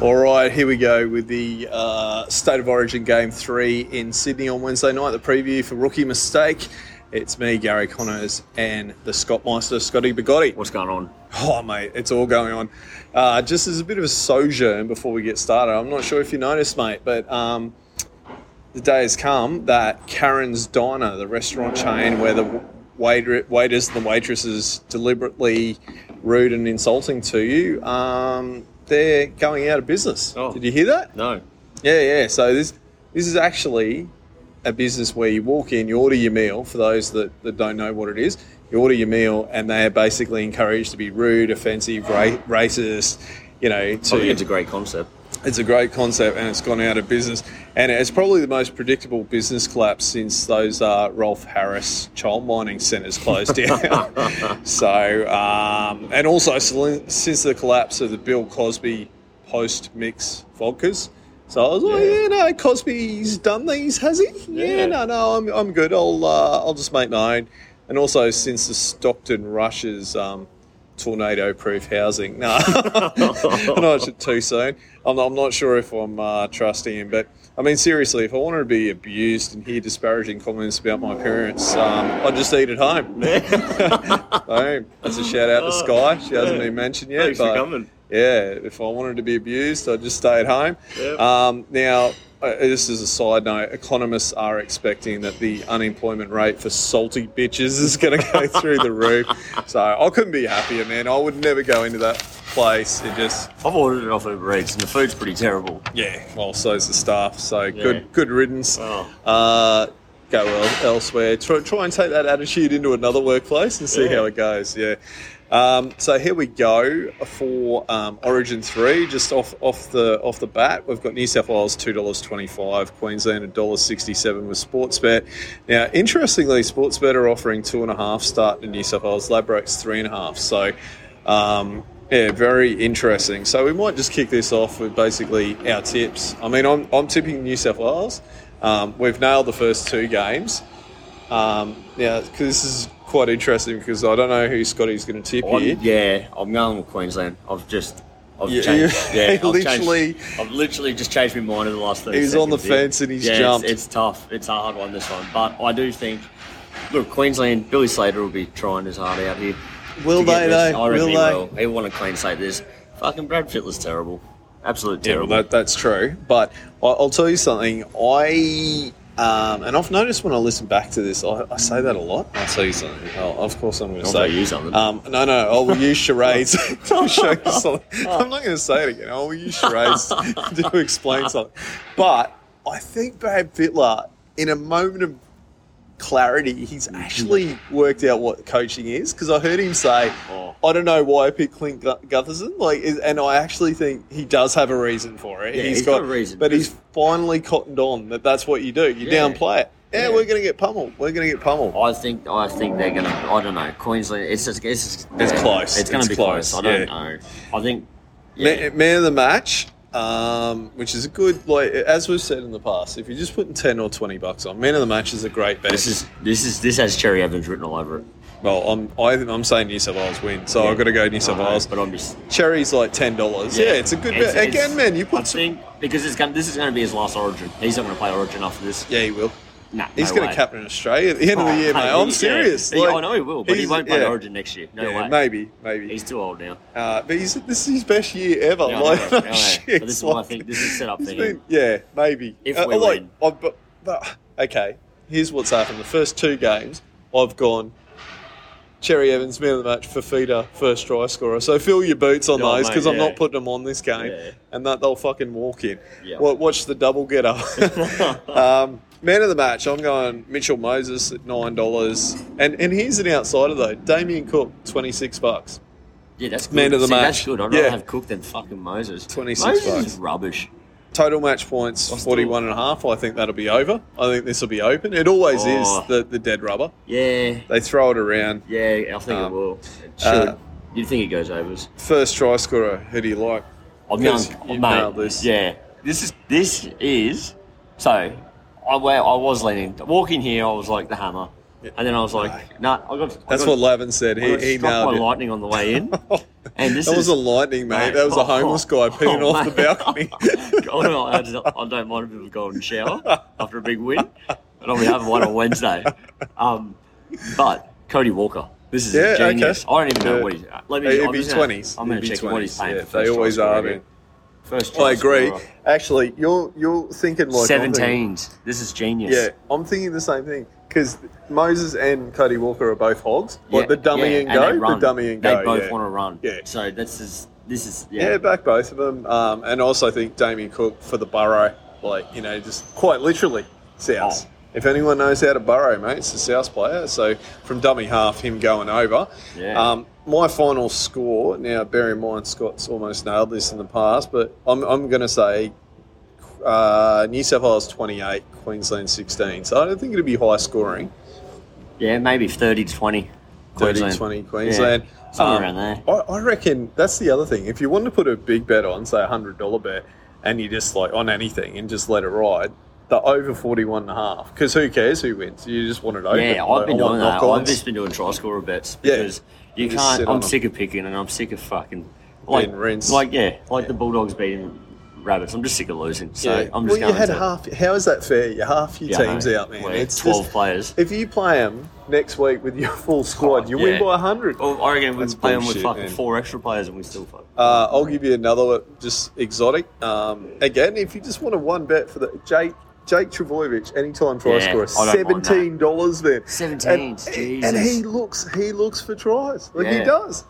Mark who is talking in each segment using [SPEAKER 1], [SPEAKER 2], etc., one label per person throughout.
[SPEAKER 1] All right, here we go with the uh, State of Origin Game 3 in Sydney on Wednesday night, the preview for Rookie Mistake. It's me, Gary Connors, and the Scott Meister, Scotty Bigotti.
[SPEAKER 2] What's going on?
[SPEAKER 1] Oh, mate, it's all going on. Uh, just as a bit of a sojourn before we get started, I'm not sure if you noticed, mate, but um, the day has come that Karen's Diner, the restaurant chain where the waiter, waiters and the waitresses deliberately rude and insulting to you, um, they're going out of business.
[SPEAKER 2] Oh.
[SPEAKER 1] Did you hear that?
[SPEAKER 2] No.
[SPEAKER 1] Yeah, yeah. So this this is actually a business where you walk in, you order your meal. For those that, that don't know what it is, you order your meal, and they are basically encouraged to be rude, offensive, ra- racist. You know, to,
[SPEAKER 2] I think it's a great concept.
[SPEAKER 1] it's a great concept and it's gone out of business. And it's probably the most predictable business collapse since those uh, Rolf Harris child mining centres closed down. so, um, and also sl- since the collapse of the Bill Cosby post mix vodkas. So I was like,
[SPEAKER 2] Yeah.
[SPEAKER 1] yeah, no, Cosby's done these, has he? Yeah,
[SPEAKER 2] Yeah.
[SPEAKER 1] no, no, I'm, I'm good. I'll uh, I'll just make my own. And also since the Stockton rushes um, tornado proof housing. No, I know it's too soon. I'm not, I'm not sure if I'm uh, trusting him, but I mean, seriously, if I wanted to be abused and hear disparaging comments about my parents, um, I'd just eat at home. Boom. That's a shout out to
[SPEAKER 2] Oh,
[SPEAKER 1] Sky. She hasn't
[SPEAKER 2] yeah.
[SPEAKER 1] been mentioned yet.
[SPEAKER 2] Thanks for
[SPEAKER 1] but-
[SPEAKER 2] coming.
[SPEAKER 1] yeah, if I wanted to be abused, I'd just stay at home.
[SPEAKER 2] Yep.
[SPEAKER 1] Um, now, uh, this is a side note. Economists are expecting that the unemployment rate for salty bitches is going to go through the roof. So I couldn't be happier, man. I would never go into that place. It just,
[SPEAKER 2] I've ordered it off Uber Eats, and the food's pretty terrible.
[SPEAKER 1] yeah. Well, so's the staff. So
[SPEAKER 2] Yeah.
[SPEAKER 1] good, good riddance.
[SPEAKER 2] Wow.
[SPEAKER 1] Uh, go el- elsewhere. Try, try and take that attitude into another workplace and see
[SPEAKER 2] Yeah.
[SPEAKER 1] how it goes. Yeah. Um, so here we go for um, Origin three. Just off off the off the bat, we've got New South Wales two dollars twenty five, Queensland a dollar sixty seven with Sportsbet. Now, interestingly, Sportsbet are offering two and a half start to New South Wales Labrakes three and a half. So. Um, yeah, very interesting. So we might just kick this off with basically our tips. I mean, I'm, I'm tipping New South Wales. Um, we've nailed the first two games. Um, now, 'cause this is quite interesting because I don't know who Scotty's going to tip here.
[SPEAKER 2] I'm, yeah, I'm going with Queensland. I've just, I've
[SPEAKER 1] Yeah,
[SPEAKER 2] changed.
[SPEAKER 1] you-
[SPEAKER 2] Yeah, I've
[SPEAKER 1] literally-
[SPEAKER 2] changed, I've literally just changed my mind in the last thirty.
[SPEAKER 1] He was on the
[SPEAKER 2] seconds here.
[SPEAKER 1] fence and he's
[SPEAKER 2] yeah, it's-
[SPEAKER 1] jumped.
[SPEAKER 2] It's, tough. It's a hard one this one, but I do think. Look, Queensland. Billy Slater will be trying his heart out here.
[SPEAKER 1] Will
[SPEAKER 2] to get
[SPEAKER 1] they,
[SPEAKER 2] this.
[SPEAKER 1] though?
[SPEAKER 2] I reckon
[SPEAKER 1] Will
[SPEAKER 2] he
[SPEAKER 1] they?
[SPEAKER 2] will. He want to clean slate this. Fucking Brad Fittler's terrible. Absolute
[SPEAKER 1] Yeah, well,
[SPEAKER 2] terrible.
[SPEAKER 1] that, that's true. But I, I'll tell you something. I um, and I've noticed when I listen back to this, I, I say that a lot. I'll tell you something. Oh, of course, I'm going to
[SPEAKER 2] Don't
[SPEAKER 1] say
[SPEAKER 2] tell you something.
[SPEAKER 1] Um, no, no, I will use charades. I'll show you something. I'm not going to say it again. I will use charades to explain something. But I think Brad Fittler, in a moment of clarity, he's actually worked out what coaching is because I heard him say,
[SPEAKER 2] Oh.
[SPEAKER 1] I don't know why I picked Clint Gu- Gutherson. Like, is, and I actually think he does have a reason for it.
[SPEAKER 2] Yeah, he's got a reason.
[SPEAKER 1] but he's finally cottoned on that that's what you do. You
[SPEAKER 2] Yeah.
[SPEAKER 1] downplay it. Yeah,
[SPEAKER 2] Yeah.
[SPEAKER 1] we're going to get pummeled. We're going to get pummeled.
[SPEAKER 2] I think I think they're gonna. I don't know. Queensland. It's just. It's, just,
[SPEAKER 1] It's
[SPEAKER 2] yeah,
[SPEAKER 1] close.
[SPEAKER 2] It's gonna
[SPEAKER 1] It's
[SPEAKER 2] be
[SPEAKER 1] close,
[SPEAKER 2] close. I don't
[SPEAKER 1] yeah.
[SPEAKER 2] know. I think.
[SPEAKER 1] Ma-
[SPEAKER 2] Yeah.
[SPEAKER 1] Man, of the match, um, which is a good like as we've said in the past. If you're just putting ten or twenty bucks on, man of the match is a great bet.
[SPEAKER 2] This is this is this has Cherry Evans written all over it.
[SPEAKER 1] well, I'm I, I'm saying New South Wales win, so
[SPEAKER 2] Yeah.
[SPEAKER 1] I've got to go New South
[SPEAKER 2] I know,
[SPEAKER 1] Wales.
[SPEAKER 2] Uh, but I'm just.
[SPEAKER 1] Cherry's like ten dollars. Yeah. it's a good
[SPEAKER 2] it's-
[SPEAKER 1] bet.
[SPEAKER 2] it's-
[SPEAKER 1] Again, man, you
[SPEAKER 2] I
[SPEAKER 1] put. Some,
[SPEAKER 2] think because it's gonna, this is going to be his last Origin. He's not going to play Origin after this.
[SPEAKER 1] yeah, he will.
[SPEAKER 2] Nah,
[SPEAKER 1] He's
[SPEAKER 2] no
[SPEAKER 1] going
[SPEAKER 2] way.
[SPEAKER 1] to captain Australia at the end of
[SPEAKER 2] Oh,
[SPEAKER 1] the year, mate.
[SPEAKER 2] mate,
[SPEAKER 1] I'm
[SPEAKER 2] he-
[SPEAKER 1] serious.
[SPEAKER 2] Yeah,
[SPEAKER 1] Like,
[SPEAKER 2] I know he will, but he
[SPEAKER 1] he's-
[SPEAKER 2] won't play
[SPEAKER 1] yeah.
[SPEAKER 2] Origin next year. No
[SPEAKER 1] yeah,
[SPEAKER 2] way.
[SPEAKER 1] maybe, maybe.
[SPEAKER 2] He's too old now.
[SPEAKER 1] Uh, but he's this is his best year ever.
[SPEAKER 2] Yeah, I
[SPEAKER 1] like,
[SPEAKER 2] know, I know.
[SPEAKER 1] Oh, shit,
[SPEAKER 2] But this is what I
[SPEAKER 1] like,
[SPEAKER 2] think- this is set up
[SPEAKER 1] it's
[SPEAKER 2] for him.
[SPEAKER 1] been- Yeah, maybe.
[SPEAKER 2] If
[SPEAKER 1] Uh,
[SPEAKER 2] we
[SPEAKER 1] like,
[SPEAKER 2] win.
[SPEAKER 1] I- but, but, okay, here's what's happened. The first two games, I've gone. Cherry Evans, man of the match, Fafita, first try scorer. So fill your boots on
[SPEAKER 2] Oh,
[SPEAKER 1] those
[SPEAKER 2] mate,
[SPEAKER 1] because I'm
[SPEAKER 2] yeah.
[SPEAKER 1] not putting them on this game,
[SPEAKER 2] Yeah.
[SPEAKER 1] and that they'll fucking walk in.
[SPEAKER 2] Yeah.
[SPEAKER 1] Wa- Watch the double get up. um, man of the match, I'm going Mitchell Moses at nine dollars, and and here's an outsider though, Damien Cook, twenty six bucks.
[SPEAKER 2] Yeah, that's good.
[SPEAKER 1] Man of the
[SPEAKER 2] See, That's
[SPEAKER 1] match.
[SPEAKER 2] good. I'd rather
[SPEAKER 1] Yeah.
[SPEAKER 2] have Cook than fucking Moses.
[SPEAKER 1] 26
[SPEAKER 2] Moses
[SPEAKER 1] bucks.
[SPEAKER 2] is rubbish.
[SPEAKER 1] Total match points,
[SPEAKER 2] What's
[SPEAKER 1] 41 and a half. I think that'll be over. I think this will be open. It always
[SPEAKER 2] Oh.
[SPEAKER 1] is, the, the dead rubber.
[SPEAKER 2] Yeah,
[SPEAKER 1] They throw it around.
[SPEAKER 2] yeah. I think
[SPEAKER 1] Um,
[SPEAKER 2] it will. It should.
[SPEAKER 1] uh,
[SPEAKER 2] You'd think it goes overs.
[SPEAKER 1] First try scorer, who do you like?
[SPEAKER 2] I'm young,
[SPEAKER 1] Because you nailed
[SPEAKER 2] mate.
[SPEAKER 1] this.
[SPEAKER 2] Yeah, this is this is. So, I wa- I was leaning walking here. I was like the hammer. And then I was like, no, nah, I got. I
[SPEAKER 1] That's
[SPEAKER 2] got,
[SPEAKER 1] what Lavin said.
[SPEAKER 2] I
[SPEAKER 1] He,
[SPEAKER 2] got
[SPEAKER 1] he
[SPEAKER 2] struck by
[SPEAKER 1] nailed it.
[SPEAKER 2] lightning on the way in. And this
[SPEAKER 1] that was
[SPEAKER 2] is-
[SPEAKER 1] a lightning, mate.
[SPEAKER 2] Mate,
[SPEAKER 1] That was
[SPEAKER 2] oh,
[SPEAKER 1] a homeless guy
[SPEAKER 2] oh,
[SPEAKER 1] peeing
[SPEAKER 2] oh,
[SPEAKER 1] off the
[SPEAKER 2] mate.
[SPEAKER 1] balcony.
[SPEAKER 2] God, I, just, I don't mind a bit of a golden shower after a big win. And I'll be having one on Wednesday. Um, but Cody Walker, this is
[SPEAKER 1] Yeah,
[SPEAKER 2] a genius.
[SPEAKER 1] okay.
[SPEAKER 2] I don't even know
[SPEAKER 1] Yeah.
[SPEAKER 2] what he's. Let me.
[SPEAKER 1] Hey,
[SPEAKER 2] I'm
[SPEAKER 1] It'd be
[SPEAKER 2] just gonna-
[SPEAKER 1] twenties.
[SPEAKER 2] I'm going
[SPEAKER 1] It'd
[SPEAKER 2] to
[SPEAKER 1] be
[SPEAKER 2] check what he's
[SPEAKER 1] 20s.
[SPEAKER 2] paying.
[SPEAKER 1] Yeah,
[SPEAKER 2] for
[SPEAKER 1] they
[SPEAKER 2] first
[SPEAKER 1] always
[SPEAKER 2] choice
[SPEAKER 1] are.
[SPEAKER 2] scorer.
[SPEAKER 1] man.
[SPEAKER 2] First.
[SPEAKER 1] I
[SPEAKER 2] choice
[SPEAKER 1] agree.
[SPEAKER 2] scorer.
[SPEAKER 1] Actually, you're you're thinking like I'm thinking.
[SPEAKER 2] Seventeens. This is genius.
[SPEAKER 1] Yeah, I'm thinking the same thing because Moses and Cody Walker are both hogs. Like
[SPEAKER 2] Yeah,
[SPEAKER 1] the dummy
[SPEAKER 2] yeah,
[SPEAKER 1] and
[SPEAKER 2] they
[SPEAKER 1] go,
[SPEAKER 2] run.
[SPEAKER 1] the dummy and
[SPEAKER 2] They
[SPEAKER 1] go.
[SPEAKER 2] both
[SPEAKER 1] yeah.
[SPEAKER 2] want to run.
[SPEAKER 1] Yeah.
[SPEAKER 2] So this is this is
[SPEAKER 1] yeah.
[SPEAKER 2] yeah.
[SPEAKER 1] back both of them. Um, and also I think Damien Cook for the burrow, like you know, just quite literally South.
[SPEAKER 2] Oh.
[SPEAKER 1] If anyone knows how to burrow, mate, it's the South player. So from dummy half, him going over.
[SPEAKER 2] Yeah.
[SPEAKER 1] Um, my final score now. Bear in mind, Scott's almost nailed this in the past, but I'm I'm going to say uh, New South Wales 28, Queensland 16. So I don't think it'll be high scoring.
[SPEAKER 2] yeah, maybe thirty to twenty.
[SPEAKER 1] 30
[SPEAKER 2] Queensland.
[SPEAKER 1] 20 Queensland. Um,
[SPEAKER 2] Yeah, somewhere around there.
[SPEAKER 1] I, I reckon that's the other thing. If you want to put a big bet on, say a $100 bet, and you just like on anything and just let it ride, the over 41 and a half. Because who cares who wins? You just want it open.
[SPEAKER 2] Yeah,
[SPEAKER 1] Like,
[SPEAKER 2] I've been
[SPEAKER 1] I want
[SPEAKER 2] doing that. I've
[SPEAKER 1] knock-ons.
[SPEAKER 2] just been doing try scorer bets
[SPEAKER 1] Yeah.
[SPEAKER 2] because
[SPEAKER 1] You
[SPEAKER 2] you
[SPEAKER 1] just sit
[SPEAKER 2] can't.
[SPEAKER 1] on
[SPEAKER 2] I'm
[SPEAKER 1] them.
[SPEAKER 2] sick of picking and I'm sick of fucking like
[SPEAKER 1] Being rinsed.
[SPEAKER 2] like yeah, like the Bulldogs beating rabbits. I'm just sick of losing. So
[SPEAKER 1] Yeah.
[SPEAKER 2] I'm just
[SPEAKER 1] well, you
[SPEAKER 2] going
[SPEAKER 1] had
[SPEAKER 2] to
[SPEAKER 1] half. How is that fair? You half your
[SPEAKER 2] Yeah, I
[SPEAKER 1] teams
[SPEAKER 2] know.
[SPEAKER 1] out, man.
[SPEAKER 2] We're
[SPEAKER 1] it's
[SPEAKER 2] twelve
[SPEAKER 1] just-
[SPEAKER 2] players. Oh,
[SPEAKER 1] If you play them next week with your full squad, you win
[SPEAKER 2] yeah.
[SPEAKER 1] by 100.
[SPEAKER 2] Well, I reckon we
[SPEAKER 1] That's
[SPEAKER 2] play them with
[SPEAKER 1] bullshit,
[SPEAKER 2] fucking
[SPEAKER 1] man.
[SPEAKER 2] four extra players and we still fuck.
[SPEAKER 1] Uh, I'll give you another one, just exotic. Um, again, if you just want a one bet for the Jake Jake Travojevic anytime try
[SPEAKER 2] Yeah,
[SPEAKER 1] scorer,
[SPEAKER 2] I don't mind that.
[SPEAKER 1] seventeen dollars there.
[SPEAKER 2] 17,
[SPEAKER 1] and, and he
[SPEAKER 2] Jesus.
[SPEAKER 1] looks he looks for tries like he
[SPEAKER 2] Yeah.
[SPEAKER 1] does.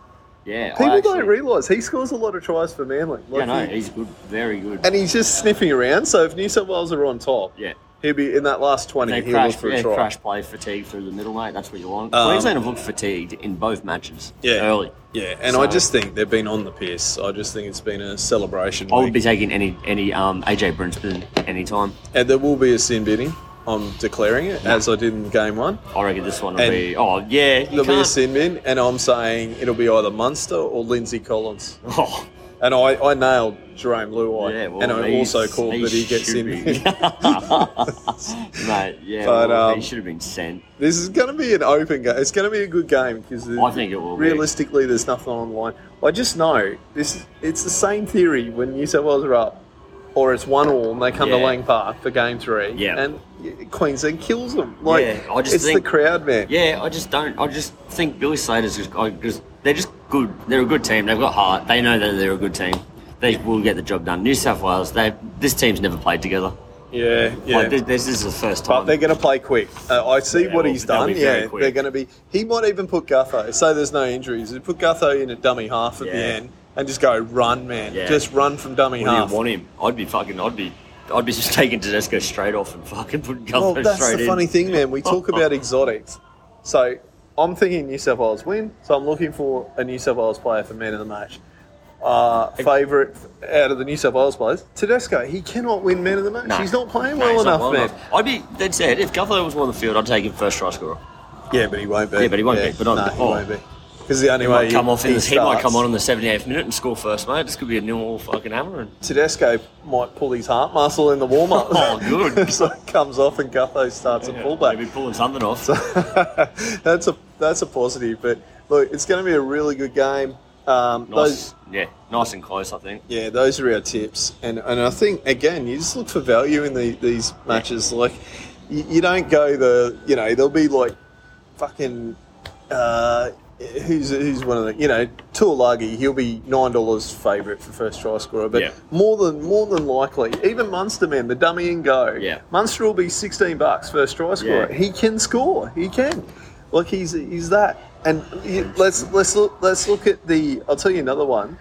[SPEAKER 2] Yeah, I
[SPEAKER 1] People
[SPEAKER 2] actually-
[SPEAKER 1] don't realise he scores a lot of tries for Manly.
[SPEAKER 2] Yeah,
[SPEAKER 1] Like
[SPEAKER 2] no,
[SPEAKER 1] he-
[SPEAKER 2] he's good, very good.
[SPEAKER 1] and he's just sniffing around. So if New South Wales are on top,
[SPEAKER 2] yeah.
[SPEAKER 1] he'll be in that last twenty.
[SPEAKER 2] They
[SPEAKER 1] He'll look
[SPEAKER 2] crash,
[SPEAKER 1] for
[SPEAKER 2] yeah,
[SPEAKER 1] a try.
[SPEAKER 2] crash play fatigue through the middle, mate. That's what you want.
[SPEAKER 1] Um,
[SPEAKER 2] Queensland have looked fatigued in both matches
[SPEAKER 1] Yeah.
[SPEAKER 2] early.
[SPEAKER 1] Yeah, and
[SPEAKER 2] So-
[SPEAKER 1] I just think they've been on the piss. I just think it's been a celebration.
[SPEAKER 2] I would
[SPEAKER 1] week.
[SPEAKER 2] be taking any any um, AJ Brinsman anytime.
[SPEAKER 1] and there will be a sin bidding. I'm declaring it as I did in game one.
[SPEAKER 2] I reckon this one will
[SPEAKER 1] And
[SPEAKER 2] be. Oh yeah, you
[SPEAKER 1] There'll be a
[SPEAKER 2] can't.
[SPEAKER 1] sin bin, and I'm saying it'll be either Munster or Lindsay Collins.
[SPEAKER 2] Oh,
[SPEAKER 1] And I, I nailed Jerome Luai,
[SPEAKER 2] yeah, well,
[SPEAKER 1] and I
[SPEAKER 2] he's-
[SPEAKER 1] also called that he gets in.
[SPEAKER 2] should be-
[SPEAKER 1] bin.
[SPEAKER 2] mate. Yeah,
[SPEAKER 1] But,
[SPEAKER 2] well,
[SPEAKER 1] um,
[SPEAKER 2] he should have been sent.
[SPEAKER 1] this is going to be an open game. It's going to be a good game because
[SPEAKER 2] I think it will. be.
[SPEAKER 1] realistically, there's nothing on the line. I just know this. It's the same theory when New South Wales are up, or it's one all, and they come to
[SPEAKER 2] Yeah.
[SPEAKER 1] Lang Park for game three,
[SPEAKER 2] Yeah.
[SPEAKER 1] and Queensland kills them. Like
[SPEAKER 2] Yeah, I just
[SPEAKER 1] it's
[SPEAKER 2] think-
[SPEAKER 1] the crowd, man.
[SPEAKER 2] Yeah, I just don't. I just think Billy Slater's just. I just they're just good. They're a good team. They've got heart. They know that they're a good team. They will get the job done. New South Wales. They this team's never played together.
[SPEAKER 1] yeah,
[SPEAKER 2] Like this, this is the first
[SPEAKER 1] But
[SPEAKER 2] time.
[SPEAKER 1] they're going to play quick. Uh, I see
[SPEAKER 2] Yeah,
[SPEAKER 1] what
[SPEAKER 2] well,
[SPEAKER 1] he's
[SPEAKER 2] they'll
[SPEAKER 1] done.
[SPEAKER 2] be very
[SPEAKER 1] Yeah,
[SPEAKER 2] quick.
[SPEAKER 1] they're going to be. He might even put Gutho. Say there's no injuries. He'd put Gutho in a dummy half at the
[SPEAKER 2] Yeah.
[SPEAKER 1] end and just go run, man.
[SPEAKER 2] Yeah.
[SPEAKER 1] Just run from dummy
[SPEAKER 2] Wouldn't
[SPEAKER 1] half.
[SPEAKER 2] even want him. I'd be fucking. I'd be. I'd be just taking Tedesco straight off and fucking putting
[SPEAKER 1] well,
[SPEAKER 2] Gutho
[SPEAKER 1] that's
[SPEAKER 2] straight
[SPEAKER 1] the
[SPEAKER 2] in.
[SPEAKER 1] funny thing, man. We talk about exotics. So I'm thinking New South Wales win. So I'm looking for a New South Wales player for man of the match. Uh, Favorite out of the New South Wales players, Tedesco. He cannot win man of the match.
[SPEAKER 2] No.
[SPEAKER 1] He's not playing
[SPEAKER 2] No,
[SPEAKER 1] well
[SPEAKER 2] he's not
[SPEAKER 1] enough, man.
[SPEAKER 2] I'd be dead set. If Gutho was on the field, I'd take him first try scorer.
[SPEAKER 1] Yeah, but he won't be.
[SPEAKER 2] Yeah, but he won't be. But I'm-
[SPEAKER 1] no, he
[SPEAKER 2] oh.
[SPEAKER 1] won't be. Because the only
[SPEAKER 2] He
[SPEAKER 1] way
[SPEAKER 2] might come off in
[SPEAKER 1] he
[SPEAKER 2] this. He might come
[SPEAKER 1] starts-
[SPEAKER 2] on in the 78th minute and score first, mate. This could be a new all fucking hammering.
[SPEAKER 1] Tedesco might pull his heart muscle in the warm up.
[SPEAKER 2] Oh, good.
[SPEAKER 1] so it comes off and Gutho starts at fullback.
[SPEAKER 2] He'd be pulling something off.
[SPEAKER 1] that's a that's a positive. But look, it's going to be a really good game. Um,
[SPEAKER 2] Nice,
[SPEAKER 1] Those
[SPEAKER 2] yeah, nice and close. I think.
[SPEAKER 1] yeah, those are our tips. And and I think again, you just look for value in the, these matches. Like you, you don't go the you know there'll be like fucking. Uh, Who's, who's one of the you know Tuolagi? He'll be nine dollars favourite for first try scorer, but
[SPEAKER 2] Yeah.
[SPEAKER 1] more than more than likely, even Munster man, the dummy and go.
[SPEAKER 2] Yeah.
[SPEAKER 1] Munster will be sixteen bucks first try scorer.
[SPEAKER 2] Yeah.
[SPEAKER 1] He can score. He can. Like he's he's that. And you- let's let's look let's look at the. I'll tell you another one.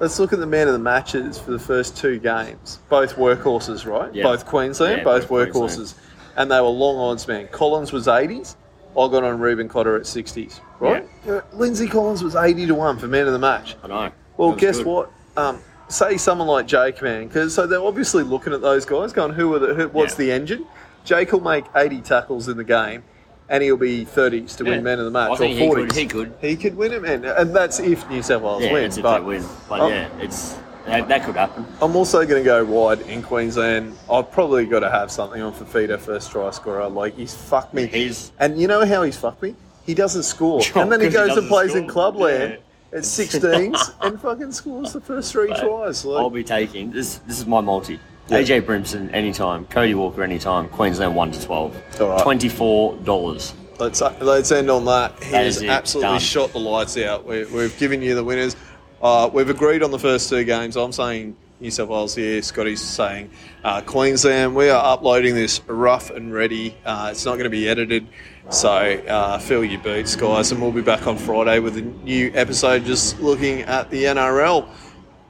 [SPEAKER 1] Let's look at the man of the matches for the first two games. Both workhorses, right?
[SPEAKER 2] Yeah.
[SPEAKER 1] Both Queensland,
[SPEAKER 2] Yeah,
[SPEAKER 1] both,
[SPEAKER 2] both
[SPEAKER 1] workhorses. And they were long odds, man. Collins was 80s. I got on Ruben Cotter at 60s, right? Uh, Lindsay Collins was 80 to 1 for man of the match.
[SPEAKER 2] I know.
[SPEAKER 1] Well,
[SPEAKER 2] That was
[SPEAKER 1] guess
[SPEAKER 2] good.
[SPEAKER 1] what? Um, say someone like Jake, man, because so they're obviously looking at those guys, going, "Who are the? Who, what's
[SPEAKER 2] Yeah.
[SPEAKER 1] the engine?" Jake will make eighty tackles in the game, and he'll be thirties to
[SPEAKER 2] Yeah.
[SPEAKER 1] win man of the match
[SPEAKER 2] I think
[SPEAKER 1] or
[SPEAKER 2] he could.
[SPEAKER 1] forties.
[SPEAKER 2] He could.
[SPEAKER 1] He could win it, man, and that's if New South Wales
[SPEAKER 2] Yeah,
[SPEAKER 1] win.
[SPEAKER 2] it's if
[SPEAKER 1] but
[SPEAKER 2] they win. But
[SPEAKER 1] I'm-
[SPEAKER 2] yeah, it's That, that could happen.
[SPEAKER 1] I'm also going to go wide in Queensland. I've probably got to have something on Fafita first try scorer. Like he's fucked me.
[SPEAKER 2] He's-
[SPEAKER 1] and you know how he's fucked me? He doesn't score,
[SPEAKER 2] Sure,
[SPEAKER 1] and then he
[SPEAKER 2] 'cause he
[SPEAKER 1] goes and
[SPEAKER 2] doesn't
[SPEAKER 1] plays in
[SPEAKER 2] score.
[SPEAKER 1] clubland at 16s and fucking scores the first three tries.
[SPEAKER 2] I'll
[SPEAKER 1] Like,
[SPEAKER 2] be taking this. This is my multi.
[SPEAKER 1] Yeah.
[SPEAKER 2] AJ Brimson anytime, Cody Walker anytime, Queensland one to twelve.
[SPEAKER 1] All right.
[SPEAKER 2] Twenty-four dollars.
[SPEAKER 1] let's let's end on that. He
[SPEAKER 2] That
[SPEAKER 1] has
[SPEAKER 2] is it.
[SPEAKER 1] absolutely
[SPEAKER 2] Done.
[SPEAKER 1] shot the lights out. We, we've given you the winners. Uh, we've agreed on the first two games. I'm saying New South Wales here. Scotty's saying uh, Queensland. We are uploading this rough and ready. Uh, it's not going to be edited, so uh, feel your boots, guys. And we'll be back on Friday with a new episode, just looking at the NRL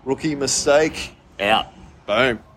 [SPEAKER 1] rookie mistake.
[SPEAKER 2] Out.
[SPEAKER 1] Boom.